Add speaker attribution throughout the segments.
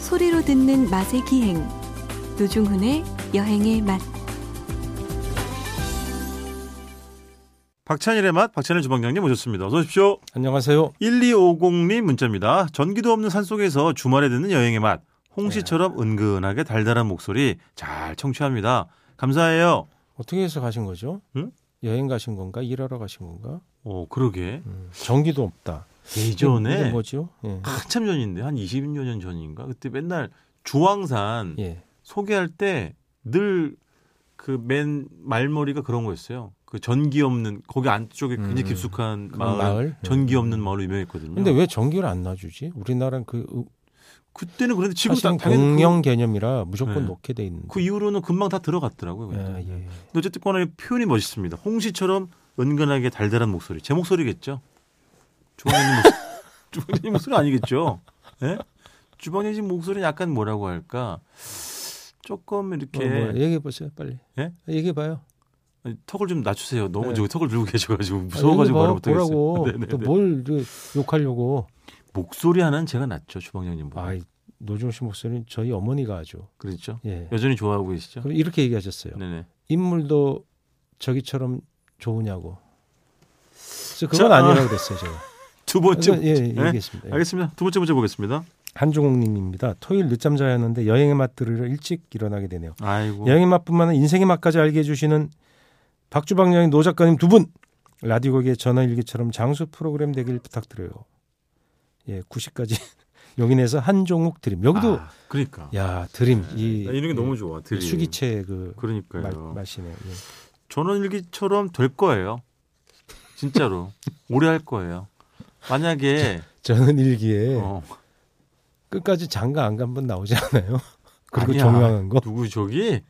Speaker 1: 소리로 듣는 맛의 기행 노중훈의 여행의 맛
Speaker 2: 박찬일의 맛, 박찬일 주방장님 모셨습니다. 어서 오십시오.
Speaker 3: 안녕하세요.
Speaker 2: 1250님 문자입니다. 전기도 없는 산속에서 주말에 듣는 여행의 맛. 홍시처럼
Speaker 3: 네.
Speaker 2: 은근하게 달달한 목소리 잘 청취합니다. 감사해요.
Speaker 3: 어떻게 해서 가신 거죠?
Speaker 2: 응?
Speaker 3: 여행 가신 건가? 일하러 가신 건가?
Speaker 2: 오, 그러게.
Speaker 3: 음, 전기도 없다. 이게
Speaker 2: 예전에
Speaker 3: 뭐죠? 예.
Speaker 2: 한참 전인데 한 20여 년 전인가? 그때 맨날 주황산
Speaker 3: 예.
Speaker 2: 소개할 때 늘 그 맨 말머리가 그런 거였어요. 그 전기 없는 거기 안쪽에 굉장히
Speaker 3: 음,
Speaker 2: 깊숙한 마을,
Speaker 3: 그런 마을? 음.
Speaker 2: 전기 없는 마을로 유명했거든요.
Speaker 3: 근데 왜 전기를 안 놔주지? 우리나라는 그 의-
Speaker 2: 그때는 그런데 지금
Speaker 3: 사실은
Speaker 2: 당연히 그-
Speaker 3: 공영 개념이라 무조건
Speaker 2: 네.
Speaker 3: 놓게 돼 있는.
Speaker 2: 그 이후로는 금방 다 들어갔더라고요. 그냥.
Speaker 3: 예, 예.
Speaker 2: 근데 어쨌든 간에 표현이 멋있습니다. 홍시처럼 은근하게 달달한 목소리. 제 목소리겠죠? 주방장님 목소리, 주방장님 목소리 아니겠죠? 예? 주방장님 목소리는 약간 뭐라고 할까? 조금 이렇게
Speaker 3: 어, 뭐, 얘기해 보세요, 빨리.
Speaker 2: 예?
Speaker 3: 얘기해 봐요.
Speaker 2: 아니, 턱을 좀 낮추세요. 너무
Speaker 3: 네. 아,
Speaker 2: 저기 턱을 들고 계셔가지고 무서워가지고 말을 못하겠어요.
Speaker 3: 뭐라고?
Speaker 2: 네네네.
Speaker 3: 또뭘 욕하려고?
Speaker 2: 목소리 하나는 제가 낮죠, 주방장님.
Speaker 3: 아, 이 노종 씨 목소리는 저희 어머니가 아주.
Speaker 2: 그렇죠?
Speaker 3: 예.
Speaker 2: 여전히 좋아하고 계시죠?
Speaker 3: 그럼 이렇게 얘기하셨어요.
Speaker 2: 네네.
Speaker 3: 인물도 저기처럼 좋으냐고. 그래서 그건
Speaker 2: 자,
Speaker 3: 아니라고 그랬어요, 제가.
Speaker 2: 두 번째.
Speaker 3: 그건, 예, 예,
Speaker 2: 네?
Speaker 3: 얘기했습니다. 예.
Speaker 2: 알겠습니다. 두 번째 문제 보겠습니다.
Speaker 3: 한종욱 님입니다. 토요일 늦잠 자였는데 여행의 맛 들으러 일찍 일어나게 되네요.
Speaker 2: 아이고.
Speaker 3: 여행의 맛뿐만 아니라 인생의 맛까지 알게 해주시는 박주방 여행 노 작가님 두 분! 라디오국의 전화일기처럼 장수 프로그램 되길 부탁드려요. 예, 90까지 용인에서 한종욱 드림. 여기도,
Speaker 2: 아, 그러니까.
Speaker 3: 야, 드림. 이,
Speaker 2: 나 이런 게 너무 좋아. 드림.
Speaker 3: 수기체 그
Speaker 2: 그러니까요.
Speaker 3: 네, 말, 맛이네요. 예.
Speaker 2: 전원일기처럼 될 거예요. 진짜로 오래 할 거예요. 만약에
Speaker 3: 저는 일기에
Speaker 2: 어,
Speaker 3: 끝까지 장가 안 간 분 나오지 않아요? 그리고
Speaker 2: 아니야.
Speaker 3: 종영한 거?
Speaker 2: 누구 저기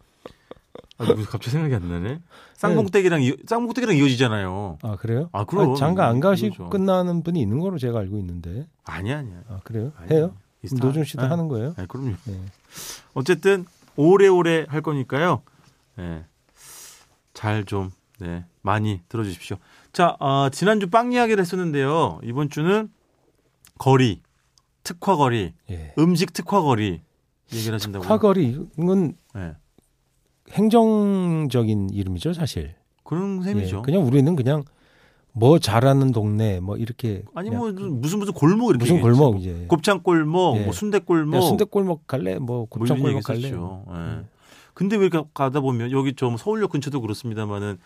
Speaker 2: 아, 누구 갑자기 생각이 안
Speaker 3: 예.
Speaker 2: 나네. 쌍봉댁이랑 이, 쌍봉댁이랑 이어지잖아요.
Speaker 3: 아 그래요?
Speaker 2: 아, 그럼.
Speaker 3: 장가 안 가시고
Speaker 2: 그거죠.
Speaker 3: 끝나는 분이 있는 거로 제가 알고 있는데
Speaker 2: 아니야 아니야.
Speaker 3: 아 그래요?
Speaker 2: 아니야.
Speaker 3: 해요?
Speaker 2: 이
Speaker 3: 그럼
Speaker 2: 스타-
Speaker 3: 노중 씨도
Speaker 2: 아,
Speaker 3: 하는 거예요?
Speaker 2: 아, 그럼요.
Speaker 3: 네.
Speaker 2: 어쨌든 오래오래 할 거니까요. 예. 잘 좀, 네. 많이 들어주십시오. 자, 아, 지난주 빵 이야기를 했었는데요. 이번 주는 거리, 특화거리,
Speaker 3: 예.
Speaker 2: 음식 특화거리 얘기를 하신다고요?
Speaker 3: 화거리 이건
Speaker 2: 예.
Speaker 3: 행정적인 이름이죠 사실.
Speaker 2: 그런
Speaker 3: 예,
Speaker 2: 셈이죠.
Speaker 3: 그냥 우리는 그냥 뭐 잘하는 동네 뭐 이렇게
Speaker 2: 아니,
Speaker 3: 그냥
Speaker 2: 뭐, 무슨 무슨 골목 이렇게.
Speaker 3: 무슨
Speaker 2: 얘기했죠.
Speaker 3: 골목 이제
Speaker 2: 곱창골목,
Speaker 3: 예.
Speaker 2: 뭐 순대골목.
Speaker 3: 야, 순대골목 갈래? 뭐
Speaker 2: 뭐 이런
Speaker 3: 곱창 골목
Speaker 2: 얘기
Speaker 3: 갈래?
Speaker 2: 했었죠. 예.
Speaker 3: 음.
Speaker 2: 근데 왜 이렇게 가다 보면 여기 좀 서울역 근처도 그렇습니다만은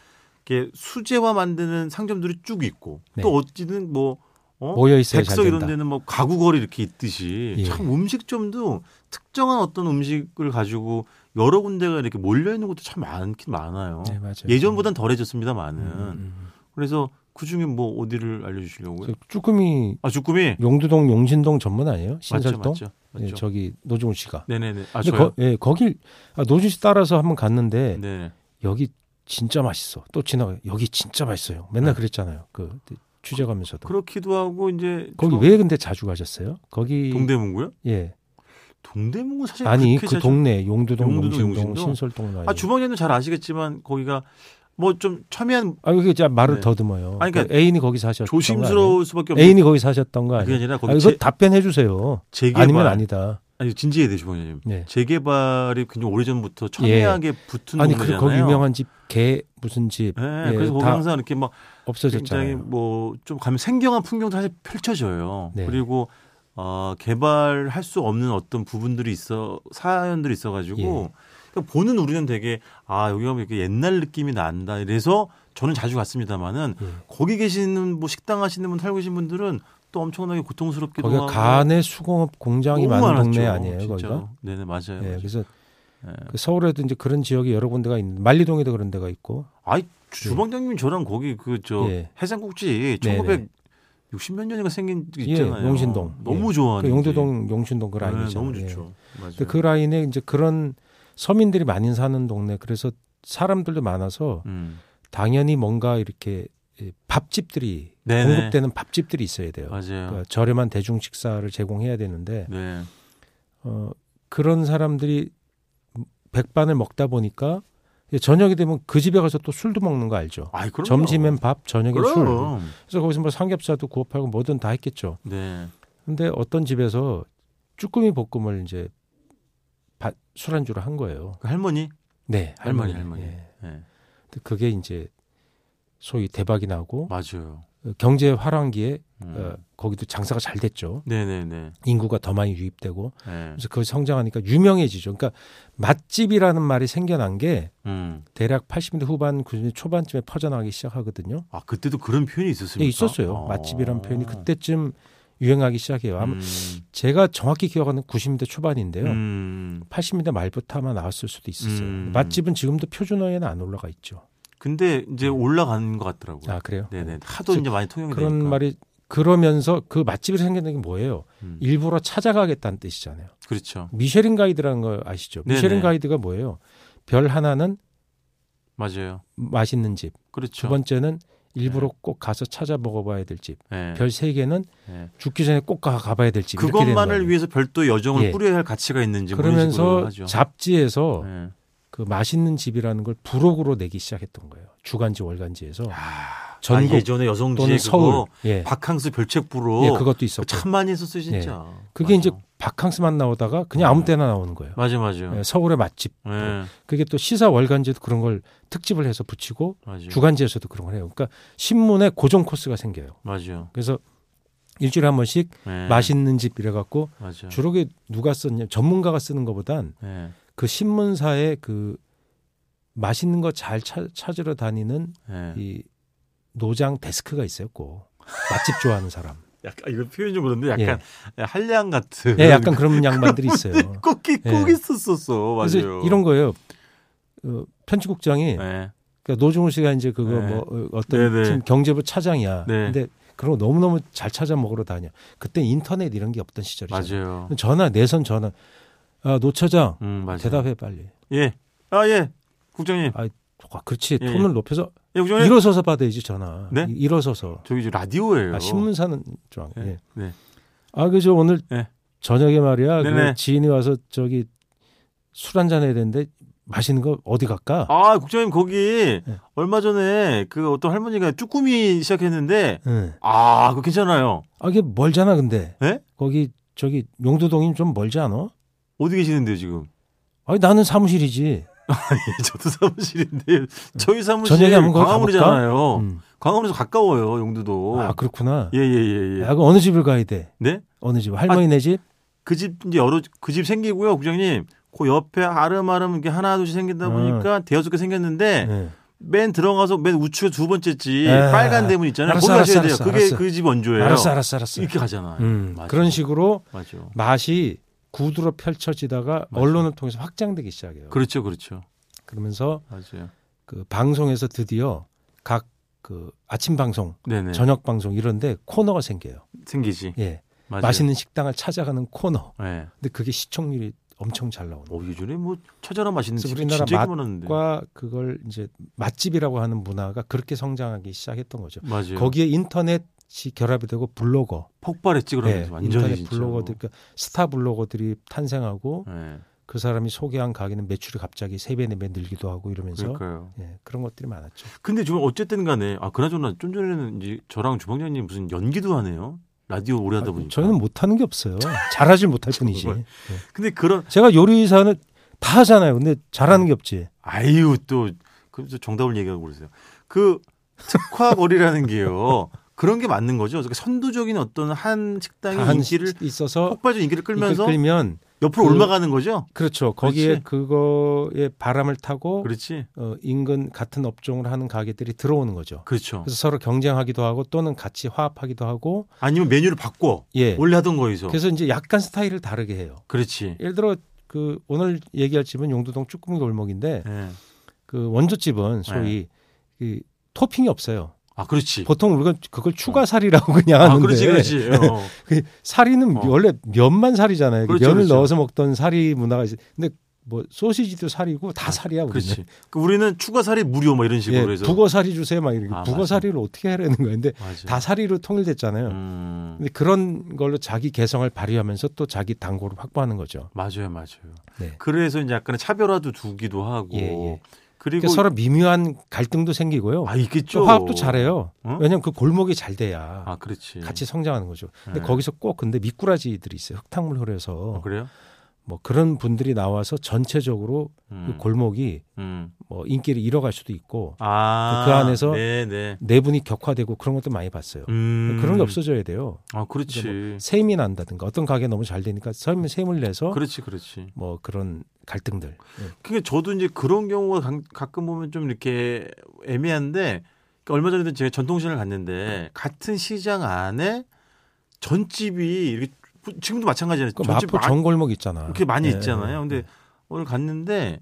Speaker 2: 이게 수제화 만드는 상점들이 쭉 있고
Speaker 3: 네.
Speaker 2: 또 어찌든 뭐 어?
Speaker 3: 모여 있어야 잘
Speaker 2: 백서
Speaker 3: 된다.
Speaker 2: 이런 데는 뭐 가구거리 이렇게 있듯이
Speaker 3: 예.
Speaker 2: 참 음식점도 특정한 어떤 음식을 가지고 여러 군데가 이렇게 몰려 있는 것도 참 많긴 많아요.
Speaker 3: 네, 맞아요.
Speaker 2: 예전보단 덜해졌습니다만은
Speaker 3: 음, 음,
Speaker 2: 그래서 그 중에 뭐 어디를 알려주시려고요?
Speaker 3: 음. 저 쭈꾸미
Speaker 2: 아 주꾸미
Speaker 3: 용두동 용신동 전문 아니에요?
Speaker 2: 맞죠,
Speaker 3: 신설동?
Speaker 2: 맞죠, 맞죠.
Speaker 3: 예, 저기 노종훈 씨가.
Speaker 2: 네네네. 아
Speaker 3: 근데
Speaker 2: 저요.
Speaker 3: 거, 예, 거길 아, 노준 씨 따라서 한번 갔는데
Speaker 2: 네.
Speaker 3: 여기 진짜 맛있어. 또 지나가 여기 진짜 맛있어요. 맨날
Speaker 2: 네.
Speaker 3: 그랬잖아요. 그 취재 가면서도.
Speaker 2: 그렇기도 하고 이제
Speaker 3: 거기
Speaker 2: 저
Speaker 3: 왜 근데 자주 가셨어요? 거기
Speaker 2: 동대문구요?
Speaker 3: 예
Speaker 2: 동대문은 사실
Speaker 3: 아니
Speaker 2: 그렇게
Speaker 3: 그
Speaker 2: 자주-
Speaker 3: 동네 용두동,
Speaker 2: 용두동,
Speaker 3: 용신동,
Speaker 2: 용신동?
Speaker 3: 신설동
Speaker 2: 아 주방장도 잘 아시겠지만 거기가 뭐 좀 첨예한
Speaker 3: 아 여기 진짜 말을
Speaker 2: 네.
Speaker 3: 더듬어요.
Speaker 2: 아니, 그러니까
Speaker 3: 그 애인이 거기 사셨던 거
Speaker 2: 조심스러울 수밖에
Speaker 3: 아니에요?
Speaker 2: 없는
Speaker 3: 애인이 거기 사셨던 거
Speaker 2: 그게
Speaker 3: 아니에요?
Speaker 2: 아니라 거기
Speaker 3: 아, 이거
Speaker 2: 재,
Speaker 3: 답변해 주세요.
Speaker 2: 재개발
Speaker 3: 아니면 아니다.
Speaker 2: 아니, 진지해야 돼 주방장님.
Speaker 3: 네.
Speaker 2: 재개발이 굉장히 오래전부터 첨예하게 붙은
Speaker 3: 아니 그
Speaker 2: 동네잖아요.
Speaker 3: 거기 유명한 집 개 무슨 집
Speaker 2: 예,
Speaker 3: 예,
Speaker 2: 그래서 거기
Speaker 3: 다
Speaker 2: 항상 이렇게 막 굉장히
Speaker 3: 없어졌잖아요.
Speaker 2: 뭐 좀 가면 생경한 풍경도 사실 펼쳐져요.
Speaker 3: 네.
Speaker 2: 그리고 어, 개발할 수 없는 어떤 부분들이 있어 사연들이 있어가지고
Speaker 3: 예.
Speaker 2: 그러니까 보는 우리는 되게 아 여기 가면 이렇게 옛날 느낌이 난다. 이래서 저는 자주 갔습니다만은
Speaker 3: 예.
Speaker 2: 거기 계시는 뭐 식당 하시는 분 살고 계신 분들은 또 엄청나게 고통스럽기도
Speaker 3: 거기가
Speaker 2: 하고
Speaker 3: 간의 수공업 공장이
Speaker 2: 너무
Speaker 3: 많은
Speaker 2: 많았죠,
Speaker 3: 동네 아니에요,
Speaker 2: 진짜로.
Speaker 3: 거기가?
Speaker 2: 네네 맞아요.
Speaker 3: 예,
Speaker 2: 맞아요.
Speaker 3: 그래서
Speaker 2: 예.
Speaker 3: 그 서울에도 이제 그런 지역이 여러 군데가 있는데 말리동에도 그런 데가 있고
Speaker 2: 아이 주방장님이 저랑 거기 그 저
Speaker 3: 예.
Speaker 2: 해장국집
Speaker 3: 네네.
Speaker 2: 1960 몇 년인가 생긴 게
Speaker 3: 예,
Speaker 2: 있잖아요.
Speaker 3: 용신동.
Speaker 2: 너무
Speaker 3: 예.
Speaker 2: 어, 좋아하는
Speaker 3: 그 용두동, 용신동 그
Speaker 2: 네,
Speaker 3: 라인이잖아요.
Speaker 2: 너무
Speaker 3: 예.
Speaker 2: 좋죠. 맞아요.
Speaker 3: 근데 그 라인에 이제 그런 서민들이 많이 사는 동네 그래서 사람들도 많아서
Speaker 2: 음.
Speaker 3: 당연히 뭔가 이렇게 이 밥집들이
Speaker 2: 네네.
Speaker 3: 공급되는 밥집들이 있어야 돼요.
Speaker 2: 맞아요.
Speaker 3: 그러니까 저렴한 대중 식사를 제공해야 되는데
Speaker 2: 네.
Speaker 3: 어, 그런 사람들이 백반을 먹다 보니까 저녁이 되면 그 집에 가서 또 술도 먹는 거 알죠?
Speaker 2: 아이 그럼
Speaker 3: 점심엔 밥, 저녁엔 술.
Speaker 2: 그럼.
Speaker 3: 그래서 거기서 뭐 삼겹살도 구워 팔고 뭐든 다 했겠죠.
Speaker 2: 네.
Speaker 3: 근데 어떤 집에서 쭈꾸미 볶음을 이제 술안주로 한 거예요.
Speaker 2: 그 할머니,
Speaker 3: 네,
Speaker 2: 할머니, 할머니.
Speaker 3: 할머니.
Speaker 2: 예.
Speaker 3: 예. 근데 그게 이제 소위 대박이 나고
Speaker 2: 맞아요.
Speaker 3: 경제 화랑기에
Speaker 2: 음.
Speaker 3: 어, 거기도 장사가 잘 됐죠.
Speaker 2: 네네네.
Speaker 3: 인구가 더 많이 유입되고
Speaker 2: 예.
Speaker 3: 그래서 그 성장하니까 유명해지죠. 그러니까 맛집이라는 말이 생겨난 게
Speaker 2: 음.
Speaker 3: 대략 80년대 후반 90년대 초반쯤에 퍼져나가기 시작하거든요.
Speaker 2: 아 그때도 그런 표현이
Speaker 3: 예,
Speaker 2: 있었습니까?
Speaker 3: 있었어요.
Speaker 2: 아.
Speaker 3: 맛집이라는 표현이 그때쯤 유행하기 시작해요. 아마
Speaker 2: 음.
Speaker 3: 제가 정확히 기억하는 90년대 초반인데요.
Speaker 2: 음.
Speaker 3: 80년대 말부터 아마 나왔을 수도 있었어요.
Speaker 2: 음.
Speaker 3: 맛집은 지금도 표준어에는 안 올라가 있죠.
Speaker 2: 근데 이제 올라가는 것 같더라고요.
Speaker 3: 아 그래요?
Speaker 2: 네네. 하도
Speaker 3: 저-
Speaker 2: 이제 많이 통용이
Speaker 3: 그런
Speaker 2: 되니까.
Speaker 3: 말이 그러면서 그 맛집이 생겼는 게 뭐예요?
Speaker 2: 음.
Speaker 3: 일부러 찾아가겠다는 뜻이잖아요.
Speaker 2: 그렇죠. 미쉐린
Speaker 3: 미쉐린 가이드라는 거 아시죠?
Speaker 2: 네네.
Speaker 3: 미쉐린 가이드가 뭐예요? 별 하나는
Speaker 2: 맞아요.
Speaker 3: 맛있는 집,
Speaker 2: 그렇죠. 네.
Speaker 3: 두 번째는 일부러 꼭 가서 찾아 먹어봐야 될 집,
Speaker 2: 예.
Speaker 3: 별 세 개는
Speaker 2: 예.
Speaker 3: 죽기 전에 꼭 가, 가봐야 될 집. 이렇게 되는
Speaker 2: 그것만을
Speaker 3: 거예요.
Speaker 2: 위해서 별도 여정을
Speaker 3: 예.
Speaker 2: 꾸려야 할 가치가 있는지 뭐 이런 식으로
Speaker 3: 그러면서
Speaker 2: 하죠.
Speaker 3: 잡지에서
Speaker 2: 예.
Speaker 3: 그 맛있는 집이라는 걸 부록으로 내기 시작했던 거예요. 주간지 월간지에서
Speaker 2: 아,
Speaker 3: 전국
Speaker 2: 아, 예전에 여성지의
Speaker 3: 또는
Speaker 2: 그거
Speaker 3: 서울, 예,
Speaker 2: 바캉스 별책부로
Speaker 3: 예, 그것도 있었고
Speaker 2: 참 많이 했었어요 진짜.
Speaker 3: 그게
Speaker 2: 맞아.
Speaker 3: 이제 바캉스만 나오다가 그냥 아무 때나 나오는 거예요.
Speaker 2: 맞아 네. 맞아요.
Speaker 3: 예, 서울의 맛집.
Speaker 2: 예.
Speaker 3: 그게 또 시사 월간지도 그런 걸 특집을 해서 붙이고
Speaker 2: 맞아요.
Speaker 3: 주간지에서도 그런 걸 해요. 그러니까 신문에 고정 코스가 생겨요.
Speaker 2: 맞아요.
Speaker 3: 그래서 일주일에 한 번씩
Speaker 2: 예.
Speaker 3: 맛있는 집 이래갖고
Speaker 2: 맞아요.
Speaker 3: 주로 게 누가 썼냐 전문가가 쓰는 것보단
Speaker 2: 예.
Speaker 3: 그 신문사에 그 맛있는 거 잘 찾으러 다니는
Speaker 2: 예.
Speaker 3: 이 노장 데스크가 있어요. 꼭 맛집 좋아하는 사람.
Speaker 2: 약간 이거 표현 좀 그런데 약간 한량 같은.
Speaker 3: 예, 약간 그런 양반들이 있어요.
Speaker 2: 꼭, 있- 꼭
Speaker 3: 예.
Speaker 2: 있었었어.
Speaker 3: 그래서
Speaker 2: 맞아요.
Speaker 3: 이런 거예요. 어, 편집국장이
Speaker 2: 예.
Speaker 3: 그러니까 노중훈 씨가 이제 그거
Speaker 2: 네.
Speaker 3: 뭐 어, 어떤
Speaker 2: 네, 네.
Speaker 3: 팀 경제부 차장이야.
Speaker 2: 네.
Speaker 3: 근데 그런 거 너무너무 잘 찾아 먹으러 다녀. 그때 인터넷 이런 게 없던 시절이죠.
Speaker 2: 맞아요.
Speaker 3: 전화 내선 전화. 아, 노 처장
Speaker 2: 음, 맞아요.
Speaker 3: 대답해 빨리.
Speaker 2: 예. 아, 예. 국장님.
Speaker 3: 아, 그렇지.
Speaker 2: 예,
Speaker 3: 톤을 높여서
Speaker 2: 예, 국장님.
Speaker 3: 일어서서 받아야지 전화.
Speaker 2: 네?
Speaker 3: 이- 일어서서.
Speaker 2: 저기 이제 라디오예요.
Speaker 3: 아, 신문사는 좀.
Speaker 2: 예.
Speaker 3: 안- 예.
Speaker 2: 네.
Speaker 3: 아, 그죠 오늘
Speaker 2: 예.
Speaker 3: 저녁에 말이야. 그
Speaker 2: 네네.
Speaker 3: 지인이 와서 저기 술 한 잔 해야 되는데 맛있는 거 어디 갈까?
Speaker 2: 아, 국장님 거기
Speaker 3: 예.
Speaker 2: 얼마 전에 그 어떤 할머니가 쭈꾸미 시작했는데
Speaker 3: 응.
Speaker 2: 아, 그거 괜찮아요.
Speaker 3: 예. 아, 이게 멀잖아, 근데.
Speaker 2: 예?
Speaker 3: 거기 저기 용두동이 좀 멀지 않아?
Speaker 2: 어디 계시는데요, 지금?
Speaker 3: 아니 나는 사무실이지.
Speaker 2: 예, 저도 사무실인데 저희 사무실
Speaker 3: 저녁에 한번 거기
Speaker 2: 광화문이잖아요.
Speaker 3: 음.
Speaker 2: 광화문에서 가까워요, 용두도.
Speaker 3: 아 그렇구나.
Speaker 2: 예, 예, 예, 예.
Speaker 3: 야, 그 어느 집을 가야 돼?
Speaker 2: 네?
Speaker 3: 어느 집? 할머니네 집?
Speaker 2: 그 집 이제 여러 그 집 생기고요, 국장님. 그 옆에 아름아름 이게 하나 둘씩 생기다
Speaker 3: 음.
Speaker 2: 보니까 대여섯 개 생겼는데
Speaker 3: 네.
Speaker 2: 맨 들어가서 맨 우측 두 번째 집
Speaker 3: 에.
Speaker 2: 빨간 대문 있잖아요.
Speaker 3: 알았어,
Speaker 2: 거기 가셔야
Speaker 3: 알았어,
Speaker 2: 돼요. 그게
Speaker 3: 알았어.
Speaker 2: 그 집 원조예요.
Speaker 3: 알았어, 알았어, 알았어.
Speaker 2: 이렇게 가잖아요.
Speaker 3: 음,
Speaker 2: 맞아.
Speaker 3: 그런 식으로
Speaker 2: 맞아.
Speaker 3: 맛이 구두로 펼쳐지다가
Speaker 2: 맞아.
Speaker 3: 언론을 통해서 확장되기 시작해요. 그...
Speaker 2: 그렇죠, 그렇죠.
Speaker 3: 러면서
Speaker 2: 맞아요.
Speaker 3: 그 방송에서 드디어 각 그 아침 방송,
Speaker 2: 네네.
Speaker 3: 저녁 방송 이런데 코너가 생겨요.
Speaker 2: 생기지.
Speaker 3: 예,
Speaker 2: 맞아요.
Speaker 3: 맛있는 식당을 찾아가는 코너.
Speaker 2: 예.
Speaker 3: 근데 그게 시청률이 엄청 잘 나오는.
Speaker 2: 어, 예전에 뭐 찾아라 맛있는
Speaker 3: 그래서
Speaker 2: 집
Speaker 3: 우리나라
Speaker 2: 진짜 많았는데.
Speaker 3: 과 그걸 이제 맛집이라고 하는 문화가 그렇게 성장하기 시작했던 거죠.
Speaker 2: 맞아요.
Speaker 3: 거기에 인터넷이 결합이 되고 블로거,
Speaker 2: 폭발했지 그러면서
Speaker 3: 예,
Speaker 2: 완전히
Speaker 3: 인터넷
Speaker 2: 진짜.
Speaker 3: 블로거들, 그러니까 스타 블로거들이 탄생하고
Speaker 2: 예.
Speaker 3: 그 사람이 소개한 가게는 매출이 갑자기 세 배, 네 배 늘기도 하고 이러면서
Speaker 2: 그러니까요.
Speaker 3: 예, 그런 것들이 많았죠.
Speaker 2: 근데 좀 어쨌든 간에 아 그나저나 좀 전에는 이제 저랑 주방장님 무슨 연기도 하네요. 라디오 오래 하다
Speaker 3: 아,
Speaker 2: 보니까.
Speaker 3: 저희는 못하는 게 없어요. 잘하지 못할 뿐이지.
Speaker 2: 정말. 근데 그런
Speaker 3: 제가 요리사는 다 하잖아요. 근데 잘하는 게 없지.
Speaker 2: 아유 또 그래서 정답을 얘기하고 그러세요. 그 특화거리라는 게요. 그런 게 맞는 거죠. 그러니까 선도적인 어떤 한
Speaker 3: 다
Speaker 2: 식당의
Speaker 3: 하는
Speaker 2: 아, 인기를
Speaker 3: 시- 있어서
Speaker 2: 폭발적 인기를 끌면서
Speaker 3: 끌면
Speaker 2: 옆으로
Speaker 3: 그-
Speaker 2: 올라가는 거죠.
Speaker 3: 그렇죠. 거기에
Speaker 2: 그렇지.
Speaker 3: 그거에 바람을 타고
Speaker 2: 그렇지.
Speaker 3: 어, 인근 같은 업종을 하는 가게들이 들어오는 거죠.
Speaker 2: 그렇죠.
Speaker 3: 그래서 서로 경쟁하기도 하고 또는 같이 화합하기도 하고
Speaker 2: 아니면 메뉴를 바꿔
Speaker 3: 예.
Speaker 2: 원래 하던 거에서.
Speaker 3: 그래서 이제 약간 스타일을 다르게 해요.
Speaker 2: 그렇지.
Speaker 3: 예를 들어 그 오늘 얘기할 집은 용두동 쭈꾸미 골목인데
Speaker 2: 예.
Speaker 3: 그 원조집은 소위
Speaker 2: 네.
Speaker 3: 그 토핑이 없어요.
Speaker 2: 아 그렇지.
Speaker 3: 보통 우리가 그걸 추가 살이라고 그냥
Speaker 2: 아
Speaker 3: 하는데
Speaker 2: 그렇지 그렇지. 어.
Speaker 3: 그 살이는
Speaker 2: 어.
Speaker 3: 원래 면만 살이잖아요. 그
Speaker 2: 그렇죠,
Speaker 3: 면을
Speaker 2: 그렇죠.
Speaker 3: 넣어서 먹던 살이 문화가 있어. 근데 뭐 소시지도 살이고 다 살이야 우리는.
Speaker 2: 아, 그렇지. 그 우리는 추가살이 무료 막 이런 식으로
Speaker 3: 예,
Speaker 2: 해서.
Speaker 3: 북어사리 주세요 막 이렇게
Speaker 2: 아,
Speaker 3: 북어사리를 어떻게 하려는 거야 근데
Speaker 2: 맞아.
Speaker 3: 다 사리로 통일됐잖아요
Speaker 2: 음.
Speaker 3: 근데 그런 걸로 자기 개성을 발휘하면서 또 자기 단골을 확보하는 거죠
Speaker 2: 맞아요, 맞아요.
Speaker 3: 네.
Speaker 2: 그래서 이제 약간의 차별화도 두기도 하고.
Speaker 3: 예, 예.
Speaker 2: 그리고
Speaker 3: 그러니까 서로 미묘한 갈등도 생기고요
Speaker 2: 아
Speaker 3: 또
Speaker 2: 있겠죠.
Speaker 3: 화합도 잘해요
Speaker 2: 어?
Speaker 3: 왜냐하면 그 골목이 잘 돼야
Speaker 2: 아 그렇지.
Speaker 3: 같이 성장하는 거죠 근데
Speaker 2: 예.
Speaker 3: 거기서 꼭 근데 미꾸라지들이 있어요 흙탕물
Speaker 2: 어,
Speaker 3: 흐려서
Speaker 2: 그래요?
Speaker 3: 뭐 그런 분들이 나와서 전체적으로 그
Speaker 2: 음.
Speaker 3: 골목이
Speaker 2: 음.
Speaker 3: 뭐 인기를 잃어갈 수도 있고
Speaker 2: 아,
Speaker 3: 그 안에서
Speaker 2: 네네.
Speaker 3: 내분이 격화되고 그런 것도 많이 봤어요.
Speaker 2: 음.
Speaker 3: 그런 게 없어져야 돼요.
Speaker 2: 아, 그렇지.
Speaker 3: 세임이 난다든가 어떤 가게 너무 잘 되니까 세임, 세임을 내서
Speaker 2: 그렇지, 그렇지.
Speaker 3: 뭐 그런 갈등들.
Speaker 2: 그러니까 저도 이제 그런 경우가 가- 가끔 보면 좀 이렇게 애매한데 그러니까 얼마 전에도 제가 전통시장을 갔는데 같은 시장 안에 전집이 이렇게 지금도 마찬가지예요.
Speaker 3: 그 마포
Speaker 2: 마-
Speaker 3: 전골목 있잖아.
Speaker 2: 이렇게 많이
Speaker 3: 예,
Speaker 2: 있잖아요.
Speaker 3: 예,
Speaker 2: 근데
Speaker 3: 예.
Speaker 2: 오늘 갔는데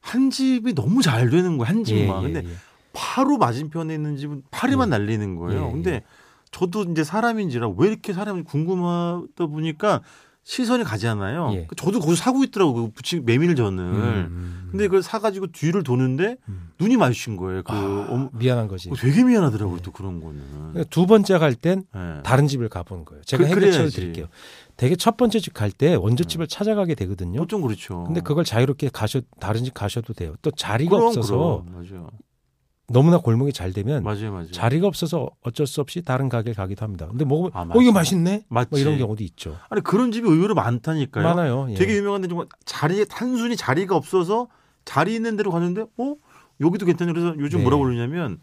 Speaker 2: 한 집이 너무 잘 되는 거야 한 집만.
Speaker 3: 예, 예,
Speaker 2: 근데
Speaker 3: 예.
Speaker 2: 바로 맞은편에 있는 집은 파리만 날리는 거예요.
Speaker 3: 예, 예.
Speaker 2: 근데 저도 이제 사람인지라 왜 이렇게 사람이 궁금하다 보니까 시선이 가잖아요.
Speaker 3: 예.
Speaker 2: 저도 거기서 사고 있더라고 그 부침 메밀 전을.
Speaker 3: 음,
Speaker 2: 근데 그걸 사가지고 뒤를 도는데
Speaker 3: 음.
Speaker 2: 눈이 마주친 거예요. 그
Speaker 3: 아,
Speaker 2: 엄-
Speaker 3: 미안한 거지.
Speaker 2: 어, 되게 미안하더라고요. 또 그런 거는.
Speaker 3: 그러니까 두 번째 갈 땐
Speaker 2: 예.
Speaker 3: 다른 집을 가본 거예요. 제가
Speaker 2: 그-
Speaker 3: 해결책을
Speaker 2: 그래야지. 음.
Speaker 3: 드릴게요. 되게 첫 번째 집 갈 때 원조 집을 찾아가게 되거든요.
Speaker 2: 좀 그렇죠.
Speaker 3: 근데 그걸 자유롭게 가셔 다른 집 가셔도 돼요. 또 자리가
Speaker 2: 그럼,
Speaker 3: 없어서
Speaker 2: 그럼. 맞아요.
Speaker 3: 너무나 골목이 잘 되면
Speaker 2: 맞아요. 맞아요.
Speaker 3: 자리가 없어서 어쩔 수 없이 다른 가게를 가기도 합니다. 근데 먹으면
Speaker 2: 아,
Speaker 3: 어 이거
Speaker 2: 맞아.
Speaker 3: 맛있네.
Speaker 2: 맞지.
Speaker 3: 뭐 이런 경우도 있죠.
Speaker 2: 아니 그런 집이 의외로 많다니까요.
Speaker 3: 많아요. 예.
Speaker 2: 되게 유명한데 정말 자리에 단순히 자리가 없어서 자리 있는 데로 갔는데 어 여기도 괜찮네 그래서 요즘
Speaker 3: 네.
Speaker 2: 뭐라고 그러냐면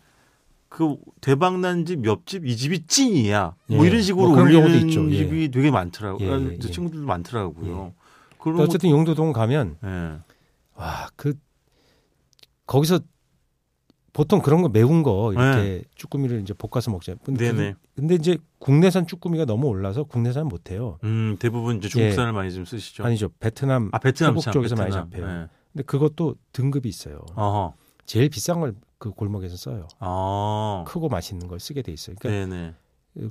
Speaker 2: 그 대박난 집 옆집 이 집이 찐이야 뭐
Speaker 3: 예.
Speaker 2: 이런 식으로
Speaker 3: 뭐 그런 경우도
Speaker 2: 올리는
Speaker 3: 있죠. 예.
Speaker 2: 집이 되게 많더라고요 아, 그
Speaker 3: 예, 예, 예.
Speaker 2: 친구들도 많더라고요 그런 것도
Speaker 3: 어쨌든 용도동 가면
Speaker 2: 예.
Speaker 3: 와 그 거기서 보통 그런 거 매운 거 이렇게 쭈꾸미를 이제 볶아서 먹잖아요. 근데,
Speaker 2: 네.
Speaker 3: 그
Speaker 2: 네네.
Speaker 3: 근데 이제 국내산 쭈꾸미가 너무 올라서 국내산 못 해요.
Speaker 2: 음 대부분 이제 중국산을 많이 좀 쓰시죠
Speaker 3: 예. 아니죠. 베트남.
Speaker 2: 아 베트남
Speaker 3: 태국
Speaker 2: 참,
Speaker 3: 쪽에서 많이
Speaker 2: 베트남.
Speaker 3: 잡혀요.
Speaker 2: 예.
Speaker 3: 근데 그것도 등급이 있어요.
Speaker 2: 어허
Speaker 3: 제일 비싼 걸 그 골목에서 써요.
Speaker 2: 아
Speaker 3: 크고 맛있는 걸 쓰게 돼 있어요. 그러니까
Speaker 2: 네네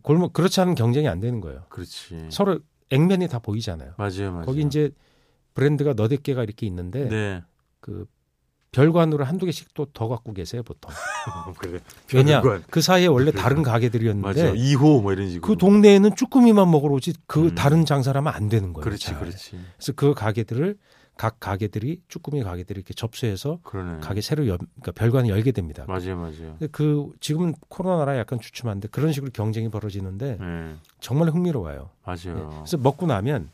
Speaker 3: 골목 그렇지 않은 경쟁이 안 되는 거예요.
Speaker 2: 그렇지
Speaker 3: 서로 액면이 다 보이잖아요.
Speaker 2: 맞아요 맞아요
Speaker 3: 거기 이제 브랜드가 너댓 개가 이렇게 있는데
Speaker 2: 네
Speaker 3: 그 별관으로 한두 개씩 또 더 갖고 계세요, 보통.
Speaker 2: 그래
Speaker 3: 왜냐?
Speaker 2: 별관.
Speaker 3: 그 사이에 원래
Speaker 2: 별관.
Speaker 3: 다른
Speaker 2: 네. 맞아요
Speaker 3: 가게들이었는데
Speaker 2: 2호 뭐 이런 식으로
Speaker 3: 그 동네에는 쭈꾸미만 먹으러 오지 그
Speaker 2: 음.
Speaker 3: 다른 장사를 하면 안 되는 거예요.
Speaker 2: 그렇지
Speaker 3: 잘.
Speaker 2: 그렇지
Speaker 3: 그래서 그 가게들을 각 가게들이 쭈꾸미 가게들이 이렇게 접수해서
Speaker 2: 그러네
Speaker 3: 가게 새로 열, 그러니까 별관을 열게 됩니다.
Speaker 2: 맞아요, 맞아요.
Speaker 3: 근데 그 지금 코로나라 약간 주춤한데 그런 식으로 경쟁이 벌어지는데
Speaker 2: 예,
Speaker 3: 정말 흥미로워요. 예.
Speaker 2: 맞아요.
Speaker 3: 그래서 먹고 나면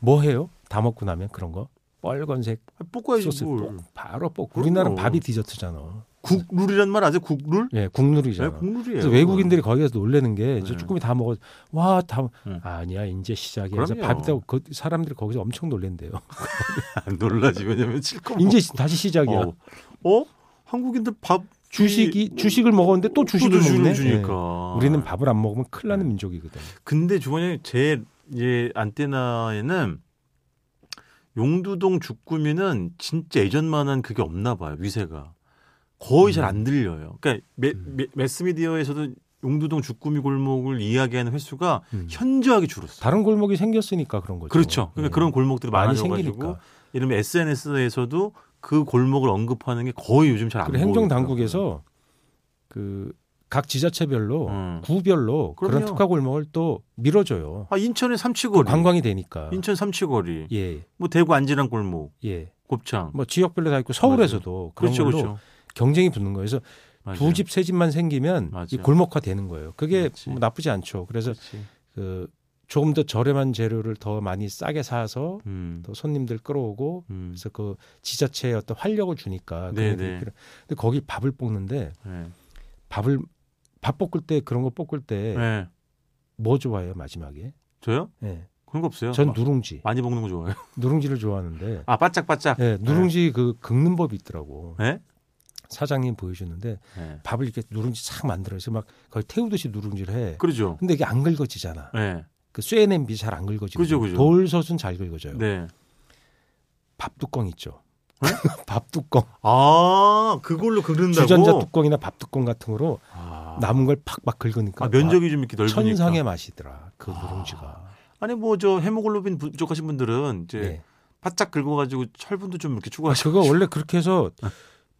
Speaker 3: 뭐 해요? 다 먹고 나면 그런 거 빨간색
Speaker 2: 아, 볶아야지
Speaker 3: 소스
Speaker 2: 뭘.
Speaker 3: 볶- 바로 볶고
Speaker 2: 그럼요.
Speaker 3: 우리나라는 밥이 디저트잖아.
Speaker 2: 국룰이란 말 아세요? 국룰?
Speaker 3: 예,
Speaker 2: 네,
Speaker 3: 국룰이잖아.
Speaker 2: 국룰이에요.
Speaker 3: 그래서 외국인들이 거기 가서 놀래는 게 이제
Speaker 2: 네.
Speaker 3: 쭈꾸미 다 먹어. 와, 다
Speaker 2: 음.
Speaker 3: 아니야. 이제 시작이야. 그래서
Speaker 2: 그럼요.
Speaker 3: 밥이다. 그 사람들이 거기서 엄청 놀랜대요.
Speaker 2: 안 아, 놀라지 왜냐면 실컷
Speaker 3: 이제 시- 다시 시작이야.
Speaker 2: 먹- 어? 어? 한국인들 밥
Speaker 3: 주식이 주식을 먹었는데 또 주식을 먹네.
Speaker 2: 주니까. 아.
Speaker 3: 예. 우리는 밥을 안 먹으면 큰일 나는
Speaker 2: 네.
Speaker 3: 민족이거든.
Speaker 2: 근데 주원이 제 예, 안테나에는 용두동 주꾸미는 진짜 예전만한 그게 없나 봐요. 위세가 거의 잘 안 들려요. 그러니까 메,
Speaker 3: 음.
Speaker 2: 메- 매스미디어에서도 용두동 주꾸미 골목을 이야기하는 횟수가
Speaker 3: 음.
Speaker 2: 현저하게 줄었어요.
Speaker 3: 다른 골목이 생겼으니까 그런 거죠.
Speaker 2: 그렇죠. 그러니까
Speaker 3: 예.
Speaker 2: 그런 골목들이
Speaker 3: 많이
Speaker 2: 많아져가지고
Speaker 3: 생기니까.
Speaker 2: 이러면 SNS에서도 그 골목을 언급하는 게 거의 요즘 잘 안
Speaker 3: 그리고
Speaker 2: 보여요.
Speaker 3: 행정 당국에서 그 각 지자체별로
Speaker 2: 음.
Speaker 3: 구별로 그런
Speaker 2: 그럼요.
Speaker 3: 특화 골목을 또 밀어줘요.
Speaker 2: 아 인천의 삼치거리,
Speaker 3: 그 관광이 되니까.
Speaker 2: 인천 삼치거리,
Speaker 3: 예,
Speaker 2: 뭐 대구 안지랑 골목,
Speaker 3: 예.
Speaker 2: 곱창.
Speaker 3: 뭐 지역별로 다 있고 서울에서도 그런
Speaker 2: 그렇죠,
Speaker 3: 걸로
Speaker 2: 그렇죠.
Speaker 3: 경쟁이 붙는 거예요. 그래서
Speaker 2: 맞아요.
Speaker 3: 두 집 세 집만 생기면
Speaker 2: 맞아요.
Speaker 3: 이 골목화 되는 거예요. 그게
Speaker 2: 그렇지.
Speaker 3: 뭐 나쁘지 않죠. 그래서
Speaker 2: 그렇지.
Speaker 3: 그 조금 더 저렴한 재료를 더 많이 싸게 사서
Speaker 2: 음,
Speaker 3: 또 손님들 끌어오고
Speaker 2: 음.
Speaker 3: 그래서 그 지자체에 어떤 활력을 주니까 그런
Speaker 2: 네,
Speaker 3: 애들이
Speaker 2: 네.
Speaker 3: 필요- 근데 거기 밥을 볶는데
Speaker 2: 네.
Speaker 3: 밥을 밥 볶을 때 그런 거 볶을 때 뭐
Speaker 2: 네.
Speaker 3: 좋아해요 마지막에?
Speaker 2: 저요?
Speaker 3: 예.
Speaker 2: 그런 거 없어요.
Speaker 3: 전
Speaker 2: 마-
Speaker 3: 누룽지
Speaker 2: 많이 먹는 거 좋아해요.
Speaker 3: 누룽지를 좋아하는데
Speaker 2: 아 바짝바짝.
Speaker 3: 예, 누룽지 그 긁는 법이 있더라고
Speaker 2: 네?
Speaker 3: 사장님 보여주는데
Speaker 2: 네.
Speaker 3: 밥을 이렇게 누룽지 싹 만들어서 막 거의 태우듯이 누룽지를 해.
Speaker 2: 그러죠.
Speaker 3: 근데 이게 안 긁어지잖아.
Speaker 2: 네.
Speaker 3: 그 쇠 냄비 잘 안 긁어지고
Speaker 2: 그죠, 그죠.
Speaker 3: 돌솥은 잘 긁어져요.
Speaker 2: 네.
Speaker 3: 밥 뚜껑 있죠. 밥 뚜껑
Speaker 2: 아 그걸로 긁는다고.
Speaker 3: 주전자 뚜껑이나 밥 뚜껑 같은 거로
Speaker 2: 아,
Speaker 3: 남은 걸 팍팍 긁으니까
Speaker 2: 아, 면적이 좀 이렇게
Speaker 3: 와,
Speaker 2: 넓으니까. 아.
Speaker 3: 천상의 맛이더라 그 누룽지가
Speaker 2: 아니 뭐 저 헤모글로빈 부족하신 분들은 이제
Speaker 3: 네.
Speaker 2: 바짝 긁어가지고 철분도 좀 이렇게
Speaker 3: 아,
Speaker 2: 추가하시고
Speaker 3: 그거 원래 그렇게 해서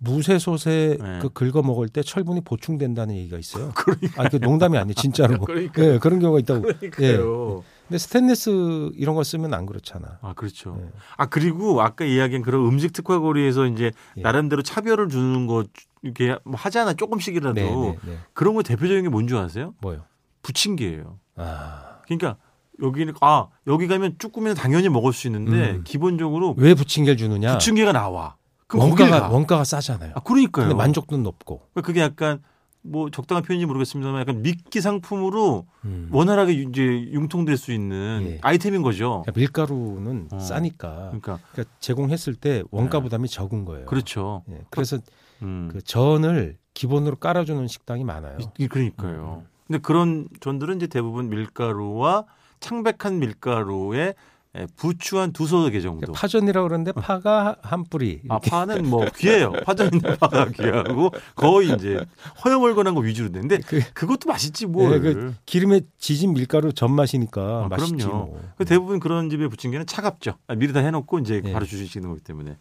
Speaker 3: 무쇠솥에
Speaker 2: 네.
Speaker 3: 그 긁어 먹을 때 철분이 보충된다는 얘기가 있어요
Speaker 2: 그러니까,
Speaker 3: 아 이거 농담이 아니에요 진짜로
Speaker 2: 그러니까
Speaker 3: 예 그런 경우가 있다고
Speaker 2: 그러니까요.
Speaker 3: 근데 스테인레스 이런 거 쓰면 안 그렇잖아
Speaker 2: 아 그렇죠.
Speaker 3: 네.
Speaker 2: 아 그리고 아까 이야기한 그런 음식 특화거리에서 이제
Speaker 3: 예.
Speaker 2: 나름대로 차별을 주는 거 이렇게 뭐 하잖아 조금씩이라도
Speaker 3: 네, 네, 네.
Speaker 2: 그런 거 대표적인 게 뭔 줄 아세요?
Speaker 3: 뭐요
Speaker 2: 부침개예요.
Speaker 3: 아
Speaker 2: 그러니까 여기는 아 여기 가면 쭈꾸미는 당연히 먹을 수 있는데
Speaker 3: 음.
Speaker 2: 기본적으로
Speaker 3: 왜 부침개를 주느냐?
Speaker 2: 부침개가 나와. 그럼 거길
Speaker 3: 원가가
Speaker 2: 가.
Speaker 3: 원가가 싸잖아요.
Speaker 2: 아 그러니까요.
Speaker 3: 근데 만족도는 높고.
Speaker 2: 그게 약간 뭐 적당한 표현인지 모르겠습니다만 약간 미끼 상품으로
Speaker 3: 음.
Speaker 2: 원활하게 유- 이제 융통될 수 있는
Speaker 3: 예.
Speaker 2: 아이템인 거죠.
Speaker 3: 그러니까 밀가루는
Speaker 2: 어.
Speaker 3: 싸니까
Speaker 2: 그러니까
Speaker 3: 그러니까 제공했을 때 원가
Speaker 2: 네.
Speaker 3: 부담이 적은 거예요.
Speaker 2: 그렇죠.
Speaker 3: 예, 그래서
Speaker 2: 음.
Speaker 3: 그 전을 기본으로 깔아주는 식당이 많아요.
Speaker 2: 이- 이- 그러니까요.
Speaker 3: 음.
Speaker 2: 근데 그런 전들은 이제 대부분 밀가루와 창백한 밀가루에 에, 부추한 두 소개 정도.
Speaker 3: 그러니까 파전이라 그러는데 파가 한 뿌리.
Speaker 2: 아 파는 뭐 귀해요. 파전인 파가 귀하고 거의 이제 허여멀건한 거 위주로 되는데
Speaker 3: 그-
Speaker 2: 그것도 맛있지 뭘.
Speaker 3: 예, 그 기름에 지진 밀가루 전 맛이니까
Speaker 2: 아,
Speaker 3: 맛있지
Speaker 2: 그럼요.
Speaker 3: 뭐.
Speaker 2: 그 대부분 그런 집에 부침개는 차갑죠. 아, 미리 다 해놓고 이제
Speaker 3: 예.
Speaker 2: 바로 주시는 거기 때문에.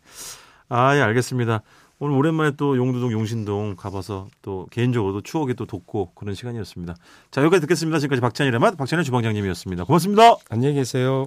Speaker 2: 아, 예, 알겠습니다. 오늘 오랜만에 또 용두동, 용신동 가봐서 또 개인적으로도 추억에 또 돋고 그런 시간이었습니다. 자, 여기까지 듣겠습니다. 지금까지 박찬일의 맛, 박찬일 주방장님이었습니다. 고맙습니다.
Speaker 3: 안녕히 계세요.